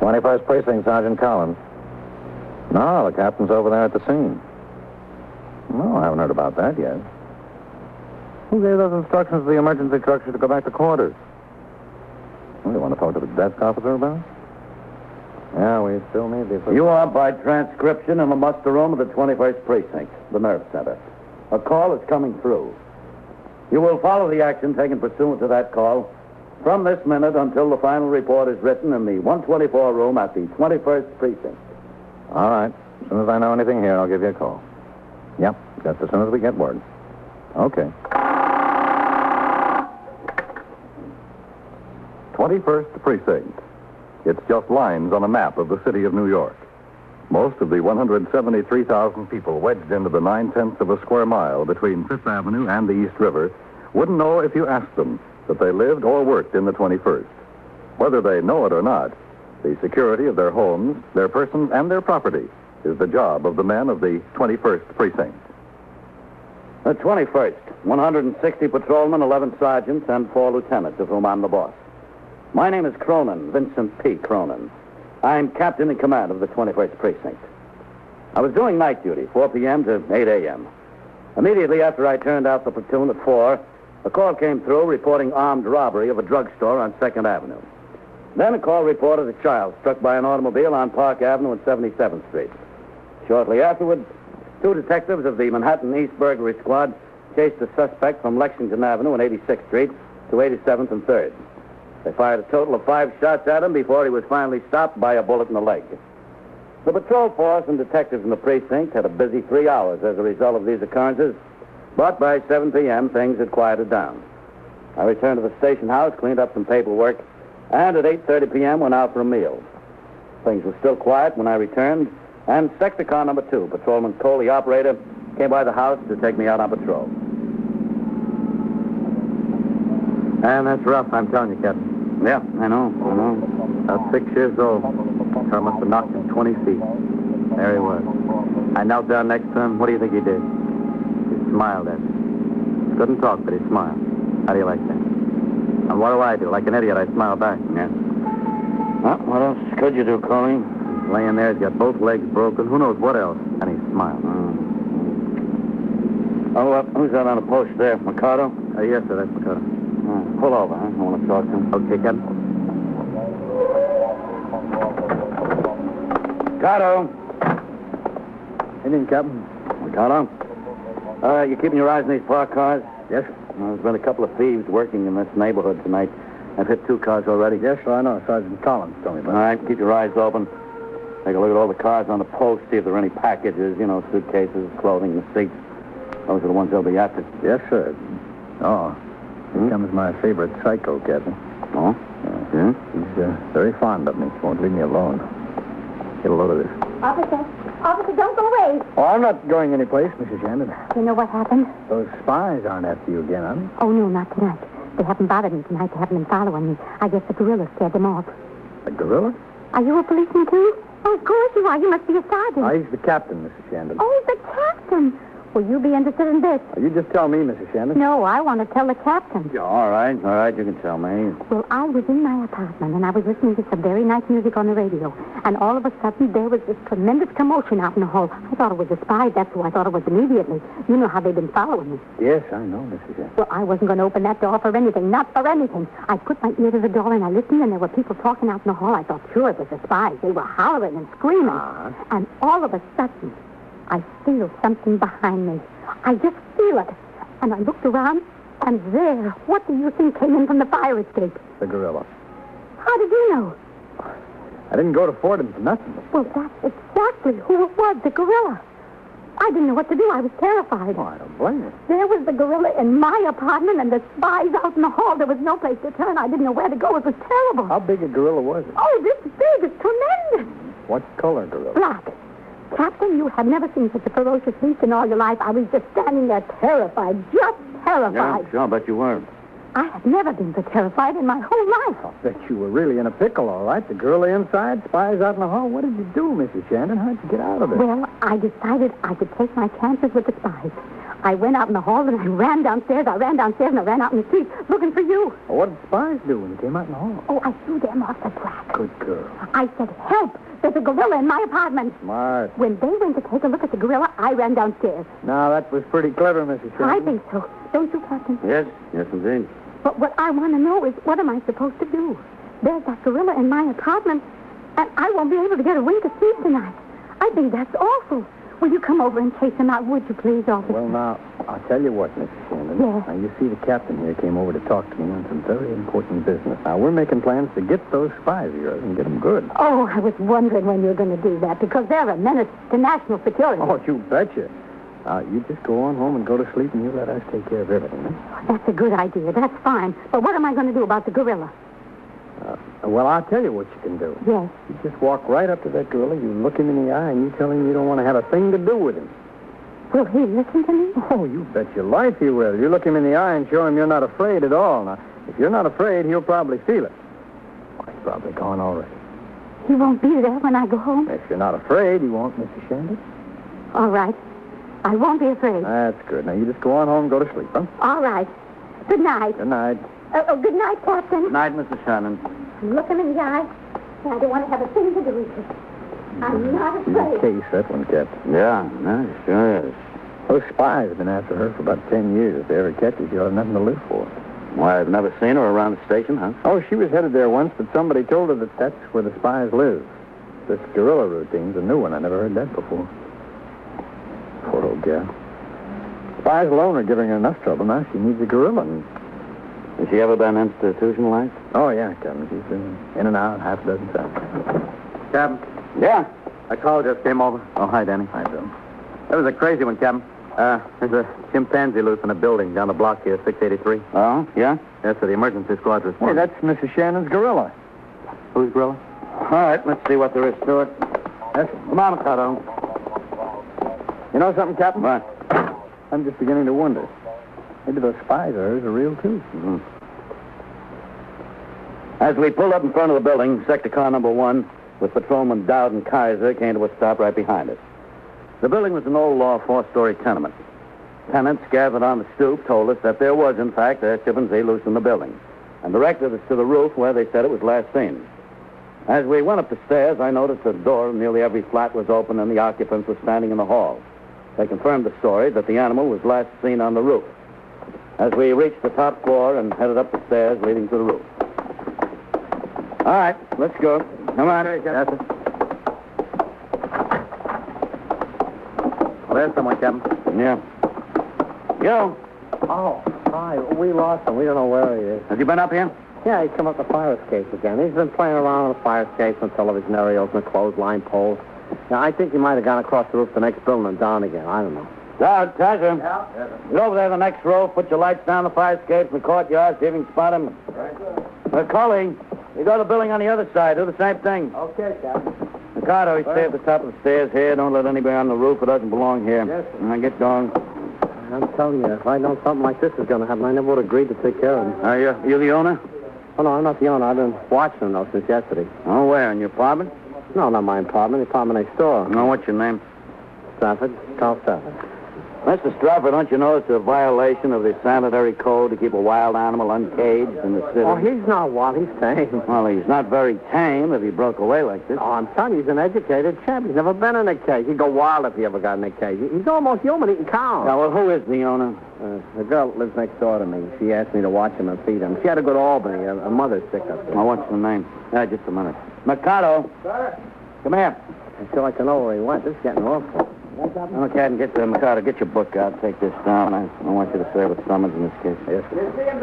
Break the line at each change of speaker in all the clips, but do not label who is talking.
21st Precinct, Sergeant Collins. No, the captain's over there at the scene. No, I haven't heard about that yet. Who gave those instructions to the emergency structure to go back to quarters? What do you want to talk to the desk officer about? Yeah, we still need the.
You are, by transcription, in the muster room of the 21st Precinct, the nerve center. A call is coming through. You will follow the action taken pursuant to that call from this minute until the final report is written in the 124 room at the 21st Precinct.
All right. As soon as I know anything here, I'll give you a call. Yep, just as soon as we get word. Okay.
21st Precinct. It's just lines on a map of the city of New York. Most of the 173,000 people wedged into the nine tenths of a square mile between Fifth Avenue and the East River wouldn't know if you asked them that they lived or worked in the 21st. Whether they know it or not, the security of their homes, their persons, and their property is the job of the men of the 21st Precinct.
The 21st, 160 patrolmen, 11 sergeants, and four lieutenants, of whom I'm the boss. My name is Cronin, Vincent P. Cronin. I'm captain in command of the 21st Precinct. I was doing night duty, 4 p.m. to 8 a.m. Immediately after I turned out the platoon at 4, a call came through reporting armed robbery of a drugstore on 2nd Avenue. Then a call reported a child struck by an automobile on Park Avenue and 77th Street. Shortly afterward, two detectives of the Manhattan East Burglary Squad chased the suspect from Lexington Avenue and 86th Street to 87th and 3rd. They fired a total of five shots at him before he was finally stopped by a bullet in the leg. The patrol force and detectives in the precinct had a busy three hours as a result of these occurrences, but by 7 p.m., things had quieted down. I returned to the station house, cleaned up some paperwork, and at 8.30 p.m. went out for a meal. Things were still quiet when I returned, and sector car number two, Patrolman Cole, the operator, came by the house to take me out on patrol.
Man, that's rough, I'm telling you, Captain. Mm-hmm.
Yeah, I know, I know.
About six years old. Car must have knocked him 20 feet. There he was. I knelt down next to him. What do you think he did? He smiled at me. Couldn't talk, but he smiled. How do you like that? And what do I do? Like an idiot, I smile back. Yeah.
Well, what else could you do, Coley?
He's laying there. He's got both legs broken. Who knows what else? And he smiled. Mm-hmm.
Oh, uh, who's that on the post there? Mikado?
Uh, yes, sir. That's Dakota.
Uh, pull over, huh? I want to talk to him.
Okay, Captain.
Mikado!
Anything, Captain?
Mikado? Uh, you keeping your eyes on these parked cars?
Yes.
Well, there's been a couple of thieves working in this neighborhood tonight. I've hit two cars already.
Yes, sir. I know. Sergeant Collins told me
All right, keep your eyes open. Take a look at all the cars on the post, see if there are any packages, you know, suitcases, clothing, receipts. Those are the ones they'll be after.
Yes, sir. Oh, here comes my favorite psycho, Captain.
Hmm? Oh? Yeah?
He's uh, very fond of me. Won't leave me alone. Get a load of this.
Officer, officer, don't go away.
Oh, I'm not going anyplace, Mrs. Shannon.
You know what happened?
Those spies aren't after you again, are they?
Oh, no, not tonight. They haven't bothered me tonight. They haven't been following me. I guess the gorilla scared them off.
A gorilla?
Are you a policeman, too? Oh, of course you are. You must be a sergeant.
Ah, he's the captain, Mrs. Shannon.
Oh, the captain. Will you be interested in this?
You just tell me, Mrs. Shannon.
No, I want to tell the captain.
Yeah, all right, all right, you can tell me.
Well, I was in my apartment and I was listening to some very nice music on the radio. And all of a sudden, there was this tremendous commotion out in the hall. I thought it was the spies. That's who I thought it was immediately. You know how they've been following me.
Yes, I know, Mrs. Shannon.
Well, I wasn't going to open that door for anything, not for anything. I put my ear to the door and I listened, and there were people talking out in the hall. I thought, sure, it was the spies. They were hollering and screaming. And all of a sudden, I feel something behind me. I just feel it. And I looked around, and there, what do you think came in from the fire escape?
The gorilla.
How did you know?
I didn't go to Fordham for nothing.
Well, that's exactly who it was, the gorilla. I didn't know what to do. I was terrified.
Oh, I don't blame you.
There was the gorilla in my apartment and the spies out in the hall. There was no place to turn. I didn't know where to go. It was terrible.
How big a gorilla was it?
Oh, this big is tremendous.
What color gorilla?
Black. Captain, you have never seen such a ferocious beast in all your life. I was just standing there terrified, just terrified.
sure, but you were.
I have never been so terrified in my whole life.
I'll bet you were really in a pickle, all right. The girl inside, spies out in the hall. What did you do, Mrs. Shannon? How'd you get out of it?
Well, I decided I could take my chances with the spies. I went out in the hall and I ran downstairs. I ran downstairs and I ran out in the street looking for you.
what did spies do when you came out in the hall?
Oh, I threw them off the track.
Good girl.
I said, help! There's a gorilla in my apartment.
Smart.
When they went to take a look at the gorilla, I ran downstairs.
Now, that was pretty clever, Mrs.
I
Shannon.
think so. Don't you, Captain?
Yes, yes, indeed.
But what I want to know is what am I supposed to do? There's that gorilla in my apartment, and I won't be able to get a wink of sleep tonight. I think that's awful. Will you come over and chase him out, would you please, officer?
Well, now, I'll tell you what, Mrs. Shannon.
Yes.
Now, you see, the captain here came over to talk to me on some very important business. Now, we're making plans to get those spies of yours and get them good.
Oh, I was wondering when you were going to do that because they're a menace to national security.
Oh, you betcha. Now, you just go on home and go to sleep, and you let us take care of everything. huh?
That's a good idea. That's fine. But what am I going to do about the gorilla?
Uh, Well, I'll tell you what you can do.
Yes.
You just walk right up to that gorilla, you look him in the eye, and you tell him you don't want to have a thing to do with him.
Will he listen to me?
Oh, you bet your life he will. You look him in the eye and show him you're not afraid at all. Now, if you're not afraid, he'll probably feel it. Oh, he's probably gone already.
He won't be there when I go home.
If you're not afraid, you won't, Mrs. Shandy.
All right. I won't be afraid.
That's good. Now, you just go on home and go to sleep, huh?
All right. Good night.
Good night.
Oh, oh, good night, Captain.
Good night, Mrs. Shannon.
Look him in the eye. I don't want to have a thing to do with it. I'm not
Good
afraid.
case, that one, Captain.
Yeah, no, sure is.
Those spies have been after her for about ten years. If they ever catch her, she'll have nothing to live for.
Why, I've never seen her around the station, huh?
Oh, she was headed there once, but somebody told her that that's where the spies live. This guerrilla routine's a new one. I never heard that before. Poor old gal. Spies alone are giving her enough trouble. Now she needs a gorilla. And...
Has she ever been institutionalized?
Oh, yeah, Captain. She's been in and out half a dozen times.
Captain? Yeah? A call just came over. Oh, hi, Danny.
I don't.
That was a crazy one, Captain. Uh, there's a chimpanzee loose in a building down the block here, 683. Oh, yeah? Yes, sir. The emergency squad
Hey,
responded.
that's Mrs. Shannon's gorilla.
Who's Grilla? All right, let's see what there is to it.
Yes.
Come on, Ricardo.
You know something, Captain?
What?
I'm just beginning to wonder. Maybe those spies of hers are real, too.
As we pulled up in front of the building, sector car number one, with patrolman Dowd and Kaiser, came to a stop right behind us. The building was an old law four-story tenement. Tenants gathered on the stoop told us that there was, in fact, a chimpanzee loose in the building, and directed us to the roof where they said it was last seen. As we went up the stairs, I noticed the door of nearly every flat was open and the occupants were standing in the hall. They confirmed the story that the animal was last seen on the roof. As we reached the top floor and headed up the stairs leading to the roof. All right, let's go. Come on. Yes, sir.
There's someone, Captain.
Yeah. Yo,
Oh, hi. We lost him. We don't know where he is.
have you been up here?
Yeah, he's come up the fire escape again. He's been playing around on the fire escapes and television aerials and the clothesline poles. Now, I think he might have gone across the roof of the next building and down again. I don't know.
Dad, Tiger. Yeah? Get over there to the next row, put your lights down the fire escapes in the courtyard, see if you can spot him. Right. Macaulay, you go to the building on the other side, do the same thing.
Okay, Captain.
Ricardo, you stay at the top of the stairs here. Don't let anybody on the roof who doesn't belong here.
Yes, sir.
Now get going.
I'm telling you, if I'd known something like this was going to happen, I never would have agreed to take care of him.
Are you, you the owner?
Oh, no, I'm not the owner. I've been watching him, though, since yesterday.
Oh, where? In your apartment?
No, not my apartment. The apartment next door.
No, what's your name?
Stafford. Carl Stafford.
Mr. Stratford, don't you know it's a violation of the sanitary code to keep a wild animal uncaged in the city?
Oh, he's not wild. He's tame.
Well, he's not very tame if he broke away like this.
Oh, I'm telling you, he's an educated chap. He's never been in a cage. He'd go wild if he ever got in a cage. He's almost human eating cows.
Now, well, who is the owner?
Uh, the girl that lives next door to me, she asked me to watch him and feed him. She had to go to Albany. Her, her mother's sick up there.
Now, what's the name? Ah, just a minute. Mikado. Sir? Come here.
Until I can know where he went, this is getting awful.
Okay, I can get to Mikado. Get your book out. Take this down. I don't want you to serve with summons in this case.
Yes, sir.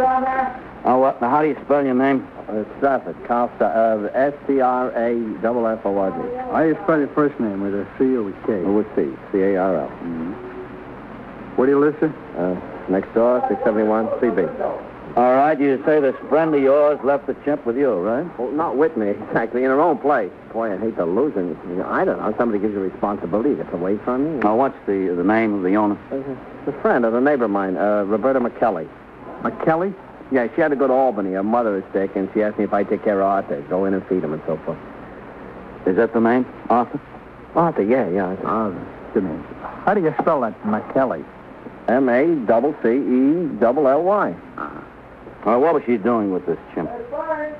Oh, what? Now, how do you spell your name?
Uh, Stafford, Carl Sta- uh, S-T-R-A-F-F-O-R-D. How do you spell your first name, with a C or with K? With C, C-A-R-L. Where do you live, sir? Uh, next door, 671 CB.
All right, you say this friend of yours left the chimp with you, right?
Well, not with me, exactly, in her own place. Boy, I hate to lose him. You know, I don't know, somebody gives you responsibility, you get away from you.
Now, what's the the name of the owner?
It's a friend of a neighbor of mine, uh, Roberta McKelly. McKelly? uh, Yeah, she had to go to Albany. Her mother is sick, and she asked me if I'd take care of Arthur, go in and feed him and so forth.
Is that the name? Arthur?
Arthur, yeah, yeah. Arthur.
Ah, good name. How do you spell that, McKelly?
M A double C E double L Y.
Well, what was she doing with this chimp?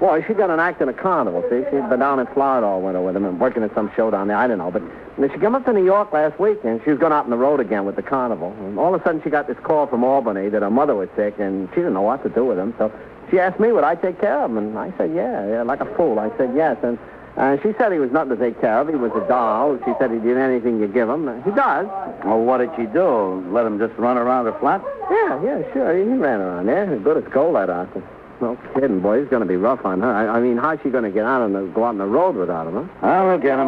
Well, she got an act in a carnival, see? She'd been down in Florida all winter with him and working at some show down there. I don't know. But and she come up to New York last week, and she was going out on the road again with the carnival. And all of a sudden, she got this call from Albany that her mother was sick, and she didn't know what to do with him. So she asked me, would I take care of him? And I said, yeah, yeah, like a fool. I said, yes. And uh, she said he was nothing to take care of. He was a doll. She said he did anything you give him. He does.
Well, what did she do? Let him just run around her flat?
Yeah, yeah, sure. He ran around there. He's Good as gold, that Arthur. No kidding, boy. He's going to be rough on her. I, I mean, how's she going to get out on the, go out on the road without him, huh?
I will get him.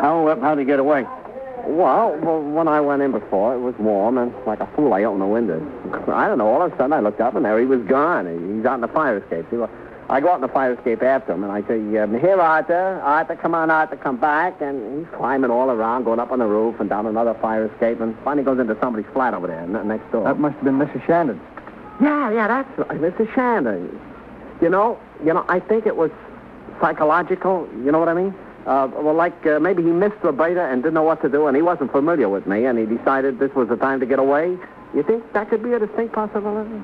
How, uh, how'd he get away?
Well, well, when I went in before, it was warm, and like a fool, I opened the window. I don't know. All of a sudden, I looked up, and there he was gone. He- He's out in the fire escape. See, well, I go out in the fire escape after him, and I say, um, here, Arthur. Arthur, come on, Arthur, come back. And he's climbing all around, going up on the roof and down another fire escape, and finally goes into somebody's flat over there n- next door.
That must have been Mrs. Shannon.
Yeah, yeah, that's right. Mr. Shannon. You know, you know, I think it was psychological. You know what I mean? Uh, well, like uh, maybe he missed the beta and didn't know what to do, and he wasn't familiar with me, and he decided this was the time to get away. You think that could be a distinct possibility?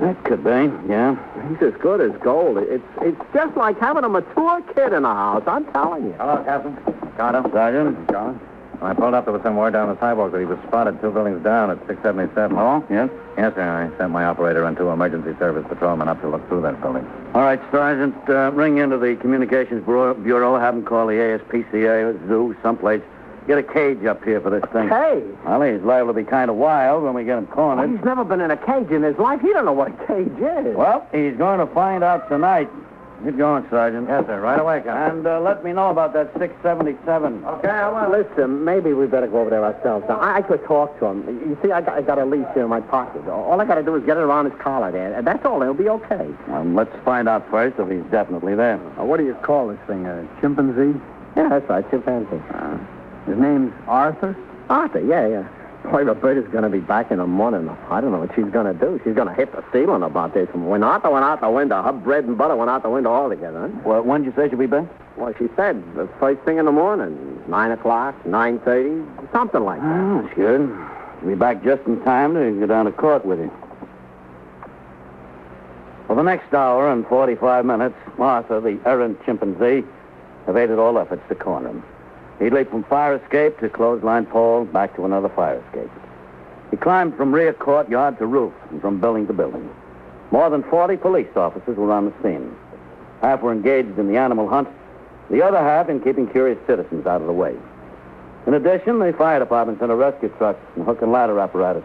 That could be, yeah.
He's as good as gold. It's it's just like having a mature kid in the house. I'm telling you.
Hello, Captain.
Got him. Sergeant?
When I pulled up, there was some word down the sidewalk that he was spotted two buildings down at 677.
Oh, yes.
Yes, sir. I sent my operator and two emergency service patrolmen up to look through that building.
All right, Sergeant, uh, ring into the Communications Bureau, Bureau, have them call the ASPCA, zoo, someplace. Get a cage up here for this thing.
Hey,
Well, he's liable to be kind of wild when we get him cornered.
he's never been in a cage in his life. He don't know what a cage
Oh,
is.
Well, he's going to find out tonight. Get going, Sergeant.
Yes, sir. Right away, Captain.
And uh, let me know about that 677.
Okay, well, listen, maybe we better go over there ourselves. Now, I, I could talk to him. You see, I got, I got a leash here in my pocket. All I got to do is get it around his collar there. and That's all. It'll be okay.
Um, let's find out first if he's definitely there.
what do you call this thing? A chimpanzee?
Yeah, that's right. Chimpanzee.
Uh-huh.
His name's Arthur?
Arthur, yeah, yeah. Boy, Roberta's going to be back in the morning. I don't know what she's going to do. She's going to hit the ceiling about this. When Arthur went out the window, her bread and butter went out the window altogether. Huh?
Well, when did you say she'll be back?
Well, she said the first thing in the morning, 9 o'clock, 9.30, something like that.
Oh, that's good. She'll be back just in time to go down to court with you. For the next hour and 45 minutes, Martha, the errant chimpanzee, evaded all efforts to corner him. He leaped from fire escape to clothesline pole, back to another fire escape. He climbed from rear courtyard to roof and from building to building. More than 40 police officers were on the scene. Half were engaged in the animal hunt, the other half in keeping curious citizens out of the way. In addition, the fire department sent a rescue truck and hook and ladder apparatus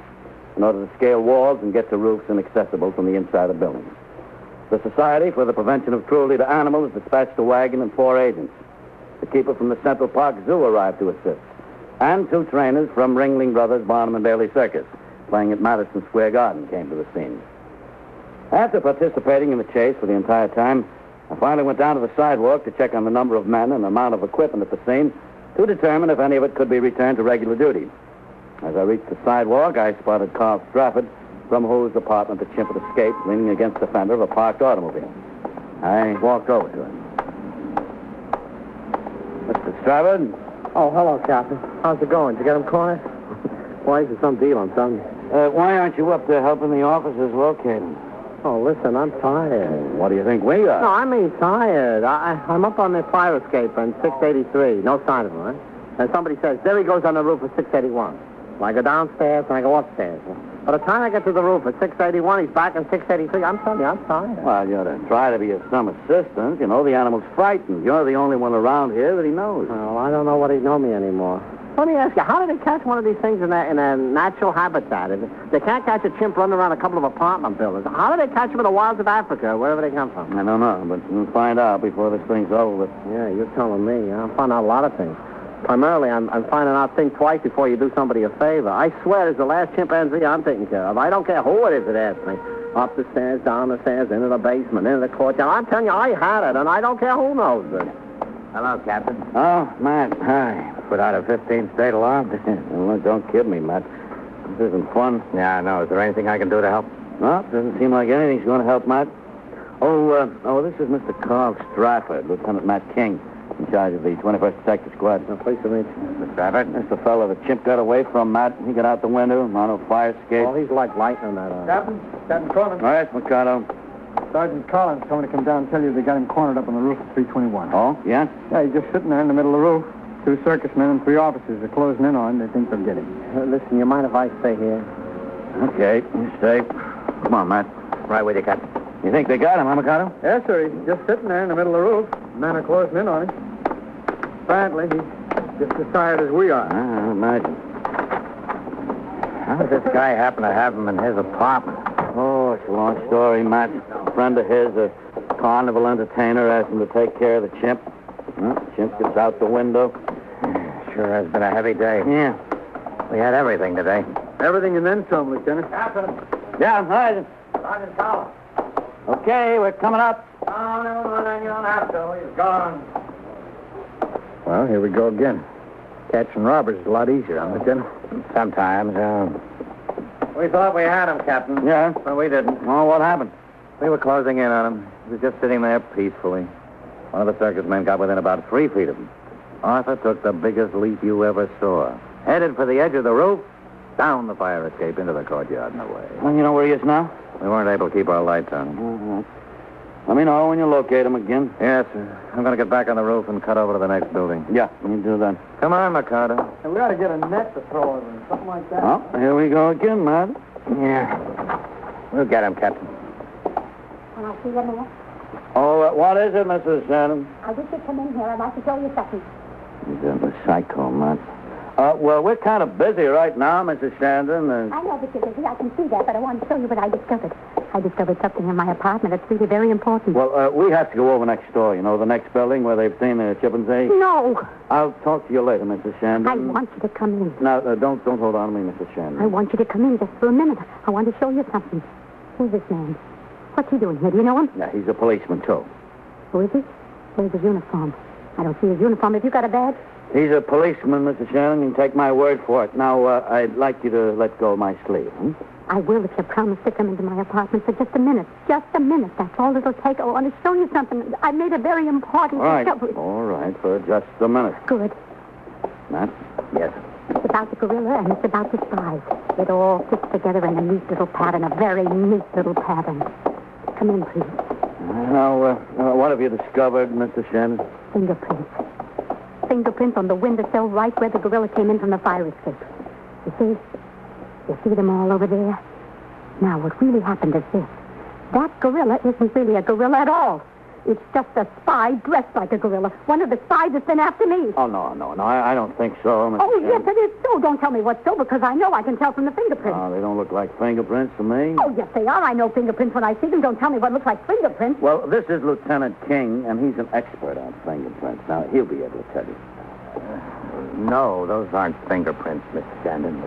in order to scale walls and get to roofs inaccessible from the inside of buildings. The Society for the Prevention of Cruelty to Animals dispatched a wagon and four agents. The keeper from the Central Park Zoo arrived to assist, and two trainers from Ringling Brothers Barnum and Bailey Circus, playing at Madison Square Garden, came to the scene. After participating in the chase for the entire time, I finally went down to the sidewalk to check on the number of men and amount of equipment at the scene to determine if any of it could be returned to regular duty. As I reached the sidewalk, I spotted Carl Strafford, from whose apartment the chimp had escaped, leaning against the fender of a parked automobile. I walked over to him. Mr. Strafford?
Oh, hello, Captain. How's it going? You got him cornered? Why, is it some deal on Sunday?
Uh, why aren't you up there helping the officers locate him?
Oh, listen, I'm tired.
What do you think we
No,
are?
I mean tired. I, I- I'm up on the fire escape on 683. No sign of him, huh? And somebody says, there he goes on the roof of 681. Well, I go downstairs and I go upstairs. By the time I get to the roof at 681, he's back in 683. I'm telling you, I'm tired.
Well, you ought to try to be of some assistance. You know, the animal's frightened. You're the only one around here that he knows.
Well, I don't know what he'd know me anymore. Let me ask you, how do they catch one of these things in a, in a natural habitat? If they can't catch a chimp running around a couple of apartment buildings. How do they catch them in the wilds of Africa, or wherever they come from?
I don't know, but we'll find out before this thing's over with.
Yeah, you're telling me. I'm finding out a lot of things. Primarily, I'm, I'm finding out things twice before you do somebody a favor. I swear, it's the last chimpanzee I'm taking care of. I don't care who it is that asks me. Up the stairs, down the stairs, into the basement, into the courtyard. I'm telling you, I had it, and I don't care who knows it.
Hello, Captain.
Oh, Matt, hi.
Put out a 15 state alarm?
Look, don't kid me, Matt. This isn't fun.
yeah, I know. Is there anything I can do to help?
Well, doesn't seem like anything's going to help, Matt. Oh, uh, oh, this is Mr. Carl Stratford, Lieutenant Matt King, in charge of the 21st Sector Squad.
No place to meet
Mr. Stratford? That's the fellow the chimp got away from, Matt. He got out the window, on a fire escape.
Oh, he's like lightning that hour.
Captain, Captain Cronin.
All right, Mikado.
Sergeant Collins told me to come down and tell you they got him cornered up on the roof of 321.
Oh, yeah?
Yeah, he's just sitting there in the middle of the roof. Two circus men and three officers are closing in on him. They think they'll get him.
Uh, listen, you mind if I stay here?
Okay, you stay. Come on, Matt. Right with you, Captain. You think they got him, huh, Mikado?
Yes, sir. He's just sitting there in the middle of the roof. Men are closing in on him. Apparently, he's just as tired as we are.
I imagine. How did this guy happen to have him in his apartment? Oh, it's a long story, Matt. A friend of his, a carnival entertainer, asked him to take care of the chimp. Well, the chimp gets out the window.
Sure has been a heavy day.
Yeah.
We had everything today.
Everything and then some, Lieutenant. Captain,
Yeah, all right.
Sergeant Collins.
Okay, we're coming up.
Oh, never mind. You don't have to. He's gone.
Well, here we go again. Catching robbers is a lot easier, huh, Lieutenant? Sometimes, uh...
We thought we had him, Captain.
Yeah?
But we didn't.
Well, what happened?
We were closing in on him. He was just sitting there peacefully.
One of the circus men got within about three feet of him.
Arthur took the biggest leap you ever saw. Headed for the edge of the roof, down the fire escape into the courtyard and away.
Well, you know where he is now? Mm-hmm.
We weren't able to keep our lights on.
Let me know when you locate him again.
Yes, sir. I'm going to get back on the roof and cut over to the next building.
Yeah, you do that.
Come on, Mikado.
And we ought to get a net to throw at him, something like that.
Well, here we go again, Matt.
Yeah. We'll get him, Captain.
Can I see you a minute?
Oh, uh, what is it, Mrs. Shannon?
I wish you'd come in here. I'd like to show you something.
You got the psycho, Matt. Uh, well, we're kind of busy right now, Mrs. Shandon. Uh,
I know that you're busy. I can see that, but I want to show you what I discovered. I discovered something in my apartment that's really very important.
well, uh, we have to go over next door, you know, the next building where they've seen the chimpanzee.
No,
I'll talk to you later, Mrs. Shandon.
I want you to come in.
Now, uh, don't, don't hold on to me, Mrs. Shandon.
I want you to come in just for a minute. I want to show you something. Who's this man? What's he doing here? Do you know him?
Yeah, he's a policeman, too.
Who is he? Where's his uniform? I don't see his uniform. Have you got a badge?
He's a policeman, Mrs. Shannon. You can take my word for it. Now, uh, I'd like you to let go of my sleeve. Hmm?
I will if you promise to come into my apartment for just a minute. Just a minute. That's all it'll take. Oh, I want to show you something. I made a very important
All right.
discovery.
All right, for just a minute,
Good.
Matt.
Yes.
It's about the gorilla and it's about the spies. It all fits together in a neat little pattern, a very neat little pattern. Come in, please.
Now, uh, uh, what have you discovered, Mr. Shannon?
Fingerprints. Fingerprints on the windowsill right where the gorilla came in from the fire escape. You see? You see them all over there? Now, what really happened is this. That gorilla isn't really a gorilla at all. It's just a spy dressed like a gorilla. One of the spies that's been after me.
Oh, no, no, no. I, I don't think so, Mr.
Oh, yes,
Shannon.
it is so. Don't tell me what's so because I know I can tell from the fingerprints.
No, they don't look like fingerprints to me.
Oh, yes, they are. I know fingerprints when I see them. Don't tell me what looks like fingerprints.
Well, this is Lieutenant King, and he's an expert on fingerprints. Now, he'll be able to tell you.
No, those aren't fingerprints, Miss Shandon.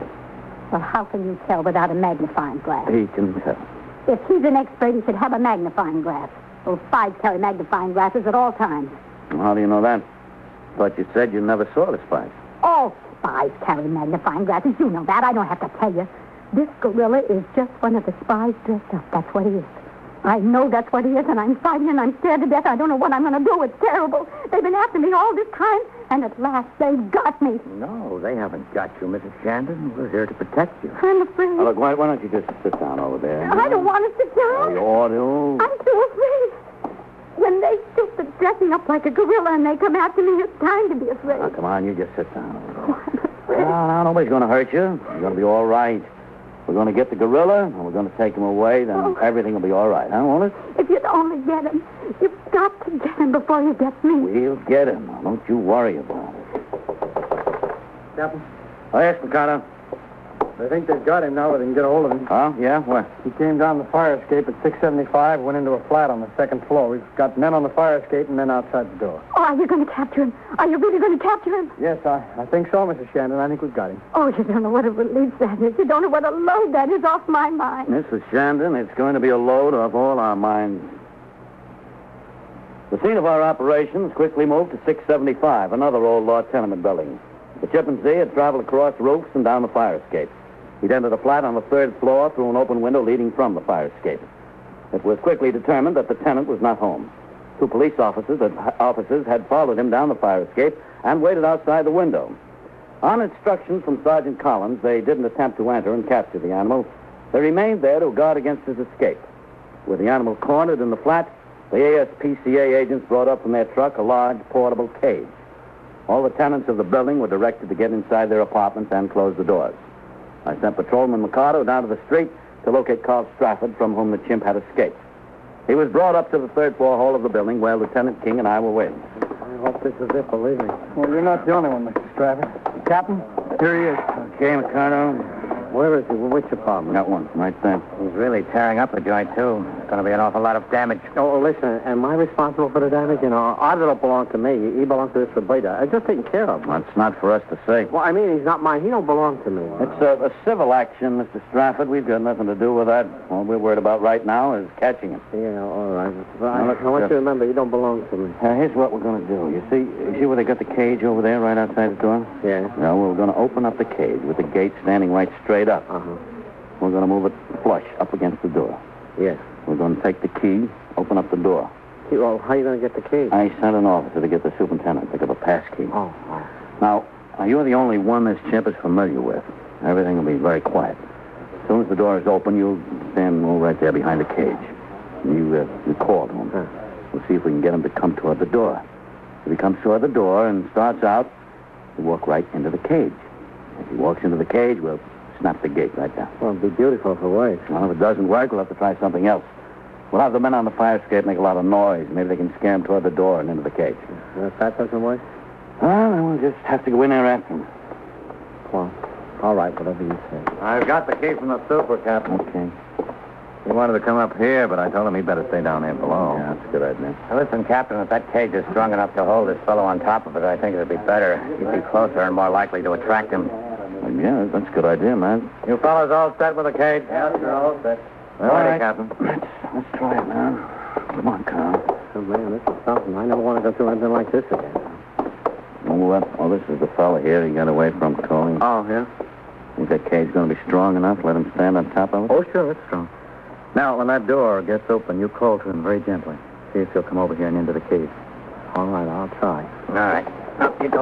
Well, how can you tell without a magnifying glass?
He can tell.
If he's an expert, he should have a magnifying glass. Well, spies carry magnifying glasses at all times.
How do you know that? But you said you never saw the spy.
All spies carry magnifying glasses. You know that. I don't have to tell you. This gorilla is just one of the spies dressed up. That's what he is. I know that's what he is, and I'm fighting and I'm scared to death. I don't know what I'm going to do. It's terrible. They've been after me all this time, and at last they've got me.
No, they haven't got you, Mrs. Shandon. We're here to protect you.
I'm afraid.
Now, look, why, why don't you just sit down over there?
I don't want to sit
Oh,
down.
you ought to.
I'm too afraid. When they stick to dressing up like a gorilla and they come after me, it's time to be
Now,
afraid.
come on, you just sit down.
I'm afraid.
Now, now, nobody's going to hurt you. You're going to be all right. We're going to get the gorilla, and we're going to take him away. Then
Oh.
everything will be all right, huh, won't it?
If you'd only get him. You've got to get him before he gets me.
We'll get him. Now, don't you worry about it.
Captain,
Oh, yes, Mikado.
they think they've got him now, but they can get a hold of him.
Oh, yeah? What?
He came down the fire escape at 675, went into a flat on the second floor. We've got men on the fire escape and men outside the door.
Oh, are you going to capture him? Are you really going to capture him?
Yes, I, I think so, Mrs. Shandon. I think we've got him.
Oh, you don't know what a relief that is. You don't know what a load that is off my mind.
Mrs. Shandon, it's going to be a load off all our minds. The scene of our operations quickly moved to 675, another old law tenement building. The chimpanzee had traveled across roofs and down the fire escape.
He'd entered a flat on the third floor through an open window leading from the fire escape. It was quickly determined that the tenant was not home. Two police officers, officers had followed him down the fire escape and waited outside the window. On instructions from Sergeant Collins, they didn't attempt to enter and capture the animal. They remained there to guard against his escape. With the animal cornered in the flat, the ASPCA agents brought up from their truck a large portable cage. All the tenants of the building were directed to get inside their apartments and close the doors. I sent Patrolman Mikado down to the street to locate Carl Strafford, from whom the chimp had escaped. He was brought up to the third floor hall of the building where Lieutenant King and I were waiting.
I hope this is it, believe me.
Well, you're not the only one, Mr. Strafford.
Captain?
Here he is.
Okay, Mikado.
Where is he? Which apartment?
Got one right there.
He's really tearing up the joint, too. It's going to be an awful lot of damage. Oh, listen, am I responsible for the damage? You know, Otter don't belong to me. He belongs to this Rebeta. I just taken care of him.
That's not for us to say.
Well, I mean, he's not mine. He don't belong to me.
It's uh, a, a civil action, Mr. Strafford. We've got nothing to do with that. All we're worried about right now is catching him.
yeah, all right. Well, I,
Now, look,
I want you
look.
to remember, you don't belong to me.
Uh, here's what we're going to do. You see, you see where they got the cage over there right outside the door?
Yeah.
No, we're going to open up the cage with the gate standing right straight up.
Uh-huh.
We're going to move it flush up against the door.
Yes.
We're going to take the key, open up the door.
Gee, Well, how are you going to get the key?
I sent an officer to get the superintendent, pick up a pass key.
Oh, oh.
Now, uh, you're the only one this chimp is familiar with. Everything will be very quiet. As soon as the door is open, you'll stand well, right there behind the cage. You, uh, you call to him.
Huh.
We'll see if we can get him to come toward the door. If he comes toward the door and starts out, you walk right into the cage. If he walks into the cage, we'll snap the gate right down.
Well, it'd be beautiful if it works.
Well, if it doesn't work, we'll have to try something else. We'll have the men on the fire escape make a lot of noise. Maybe they can scare him toward the door and into the cage.
And if that doesn't work,
Well, then we'll just have to go in there after him.
well, all right, whatever you say.
I've got the key from the super, Captain.
Okay.
He wanted to come up here, but I told him he'd better stay down here below.
Yeah, that's a good idea.
Now, listen, Captain, if that cage is strong enough to hold this fellow on top of it, I think it'd be better. You'd be closer and more likely to attract him.
Um, Yeah, that's a good idea, man.
You fellas all set with the cage? Yes, sir, all set. All
All
righty,
right.
Captain.
Let's, let's try it, man. Come on, Carl.
Oh, man, this is something. I never want to go through anything like this again.
Oh, that, oh, this is the fella here he got away from calling.
Oh, yeah?
Think that cage going to be strong enough? Let him stand on top of it?
Oh, sure, it's strong. Now, when that door gets open, you call to him very gently. See if he'll come over here and into the cage.
All right, I'll try.
All right. Up you go.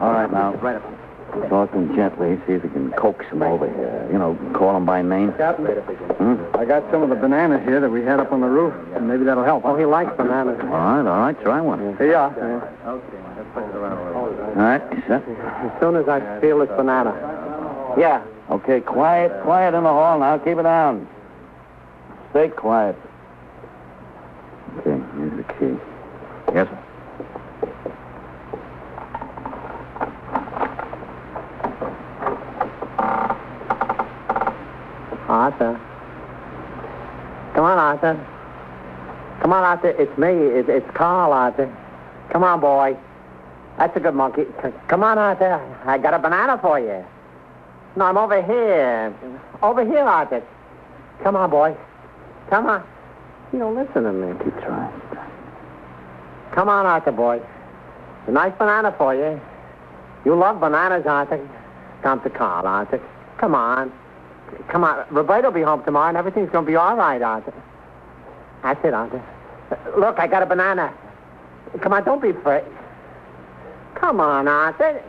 All right, now. Right up. Talk to him gently, see if he can coax him over here. You know, call him by name.
Captain,
Hmm?
I got some of the bananas here that we had up on the roof, and maybe that'll help.
Oh, he likes bananas.
All right, all right, try one.
Here you are.
All right, set.
As soon as I feel this banana.
Yeah. Okay, quiet, quiet in the hall now. Keep it down. Stay quiet. Okay, here's the key.
Yes, sir.
Arthur. Come on, Arthur. Come on, Arthur. It's me. It, it's Carl, Arthur. Come on, boy. That's a good monkey. C- come on, Arthur. I got a banana for you. No, I'm over here. Over here, Arthur. Come on, boy. Come on. You don't listen to me.
Keep trying.
Come on, Arthur, boy. A nice banana for you. You love bananas, Arthur. Come to Carl, Arthur. Come on. Come on. Roberta will be home tomorrow, and everything's going to be all right, Arthur. That's it, Arthur. Look, I got a banana. Come on, don't be afraid. Come on, Arthur.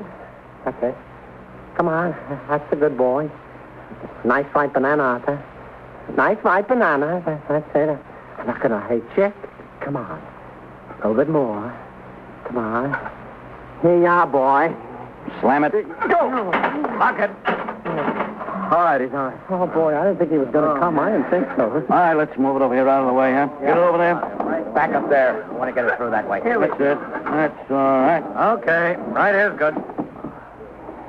That's it. Come on. That's a good boy. Nice ripe banana, Arthur. Nice ripe banana. That- That's it. I'm not going to hate you. Come on. A little bit more. Come on. Here you are, boy.
Slam it.
Go! Lock it.
All righty, all right.
Oh, boy, I didn't think he was going to come. I didn't think so.
All right, let's move it over here out of the way, huh? Get it over there.
Back up there. I want to get it through that way.
That's it. That's all right.
Okay. Right here's good.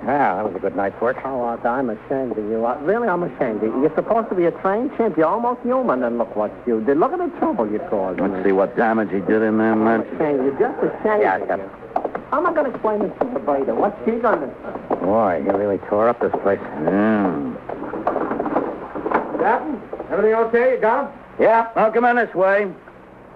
Yeah, Ah, that was a good night's work.
Oh, Arthur, I'm ashamed of you. I, really, I'm ashamed of you. You're supposed to be a trained chimp. You're almost human, and look what you did. Look at the trouble you caused. me.
Let's see what damage he did in there, man.
Ashamed. You're just ashamed.
Yeah,
of
Captain.
you. How am I going to explain this to Beta? What's she going to...
Boy, you really tore up this place.
Yeah.
Captain, everything okay? You got him?
Yeah, now come in this way.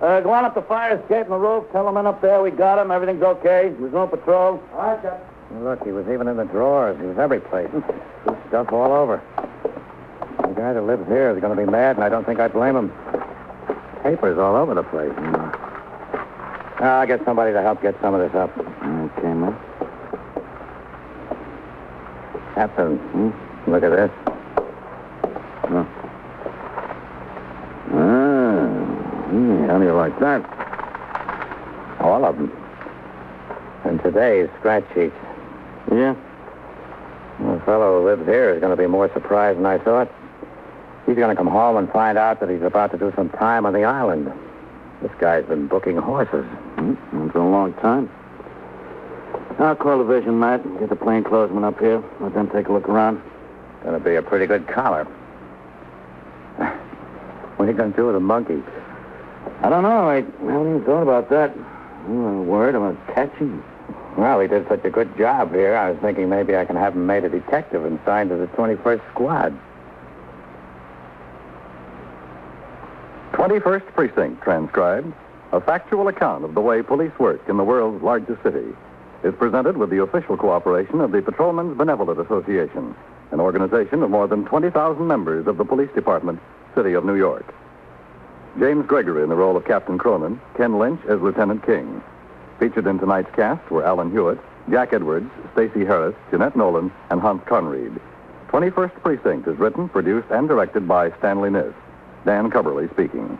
Uh, go on up the fire escape on the roof. Tell the men up there we got him. Everything's okay. He was on patrol.
All right, Captain.
Uh, Look, he was even in the drawers. He was every place. This stuff all over. The guy that lives here is going to be mad, and I don't think I blame him. Papers all over the place.
Hmm.
Ah, I'll get somebody to help get some of this up.
Okay, Matt.
Captain, hmm? look at this.
Ah, hmm, how do you like that?
All of them. And today's scratch sheets.
Yeah.
The fellow who lives here is going to be more surprised than I thought. He's going to come home and find out that he's about to do some time on the island. This guy's been booking horses.
It's Hmm, a long time. I'll call the vision, Matt, and get the plainclothesman up here. Let them take a look around.
Going to be a pretty good collar. what are you going to do with a monkey?
I don't know. I haven't even thought about that. Ooh, a word about catching.
Well, he did such a good job here. I was thinking maybe I can have him made a detective and signed to the 21st Squad.
21st Precinct, transcribed. A factual account of the way police work in the world's largest city is presented with the official cooperation of the Patrolmen's Benevolent Association, an organization of more than 20,000 members of the Police Department, City of New York. James Gregory in the role of Captain Cronin, Ken Lynch as Lieutenant King. Featured in tonight's cast were Alan Hewitt, Jack Edwards, Stacey Harris, Jeanette Nolan, and Hans Conried. 21st Precinct is written, produced, and directed by Stanley Niss. Dan Coverly speaking.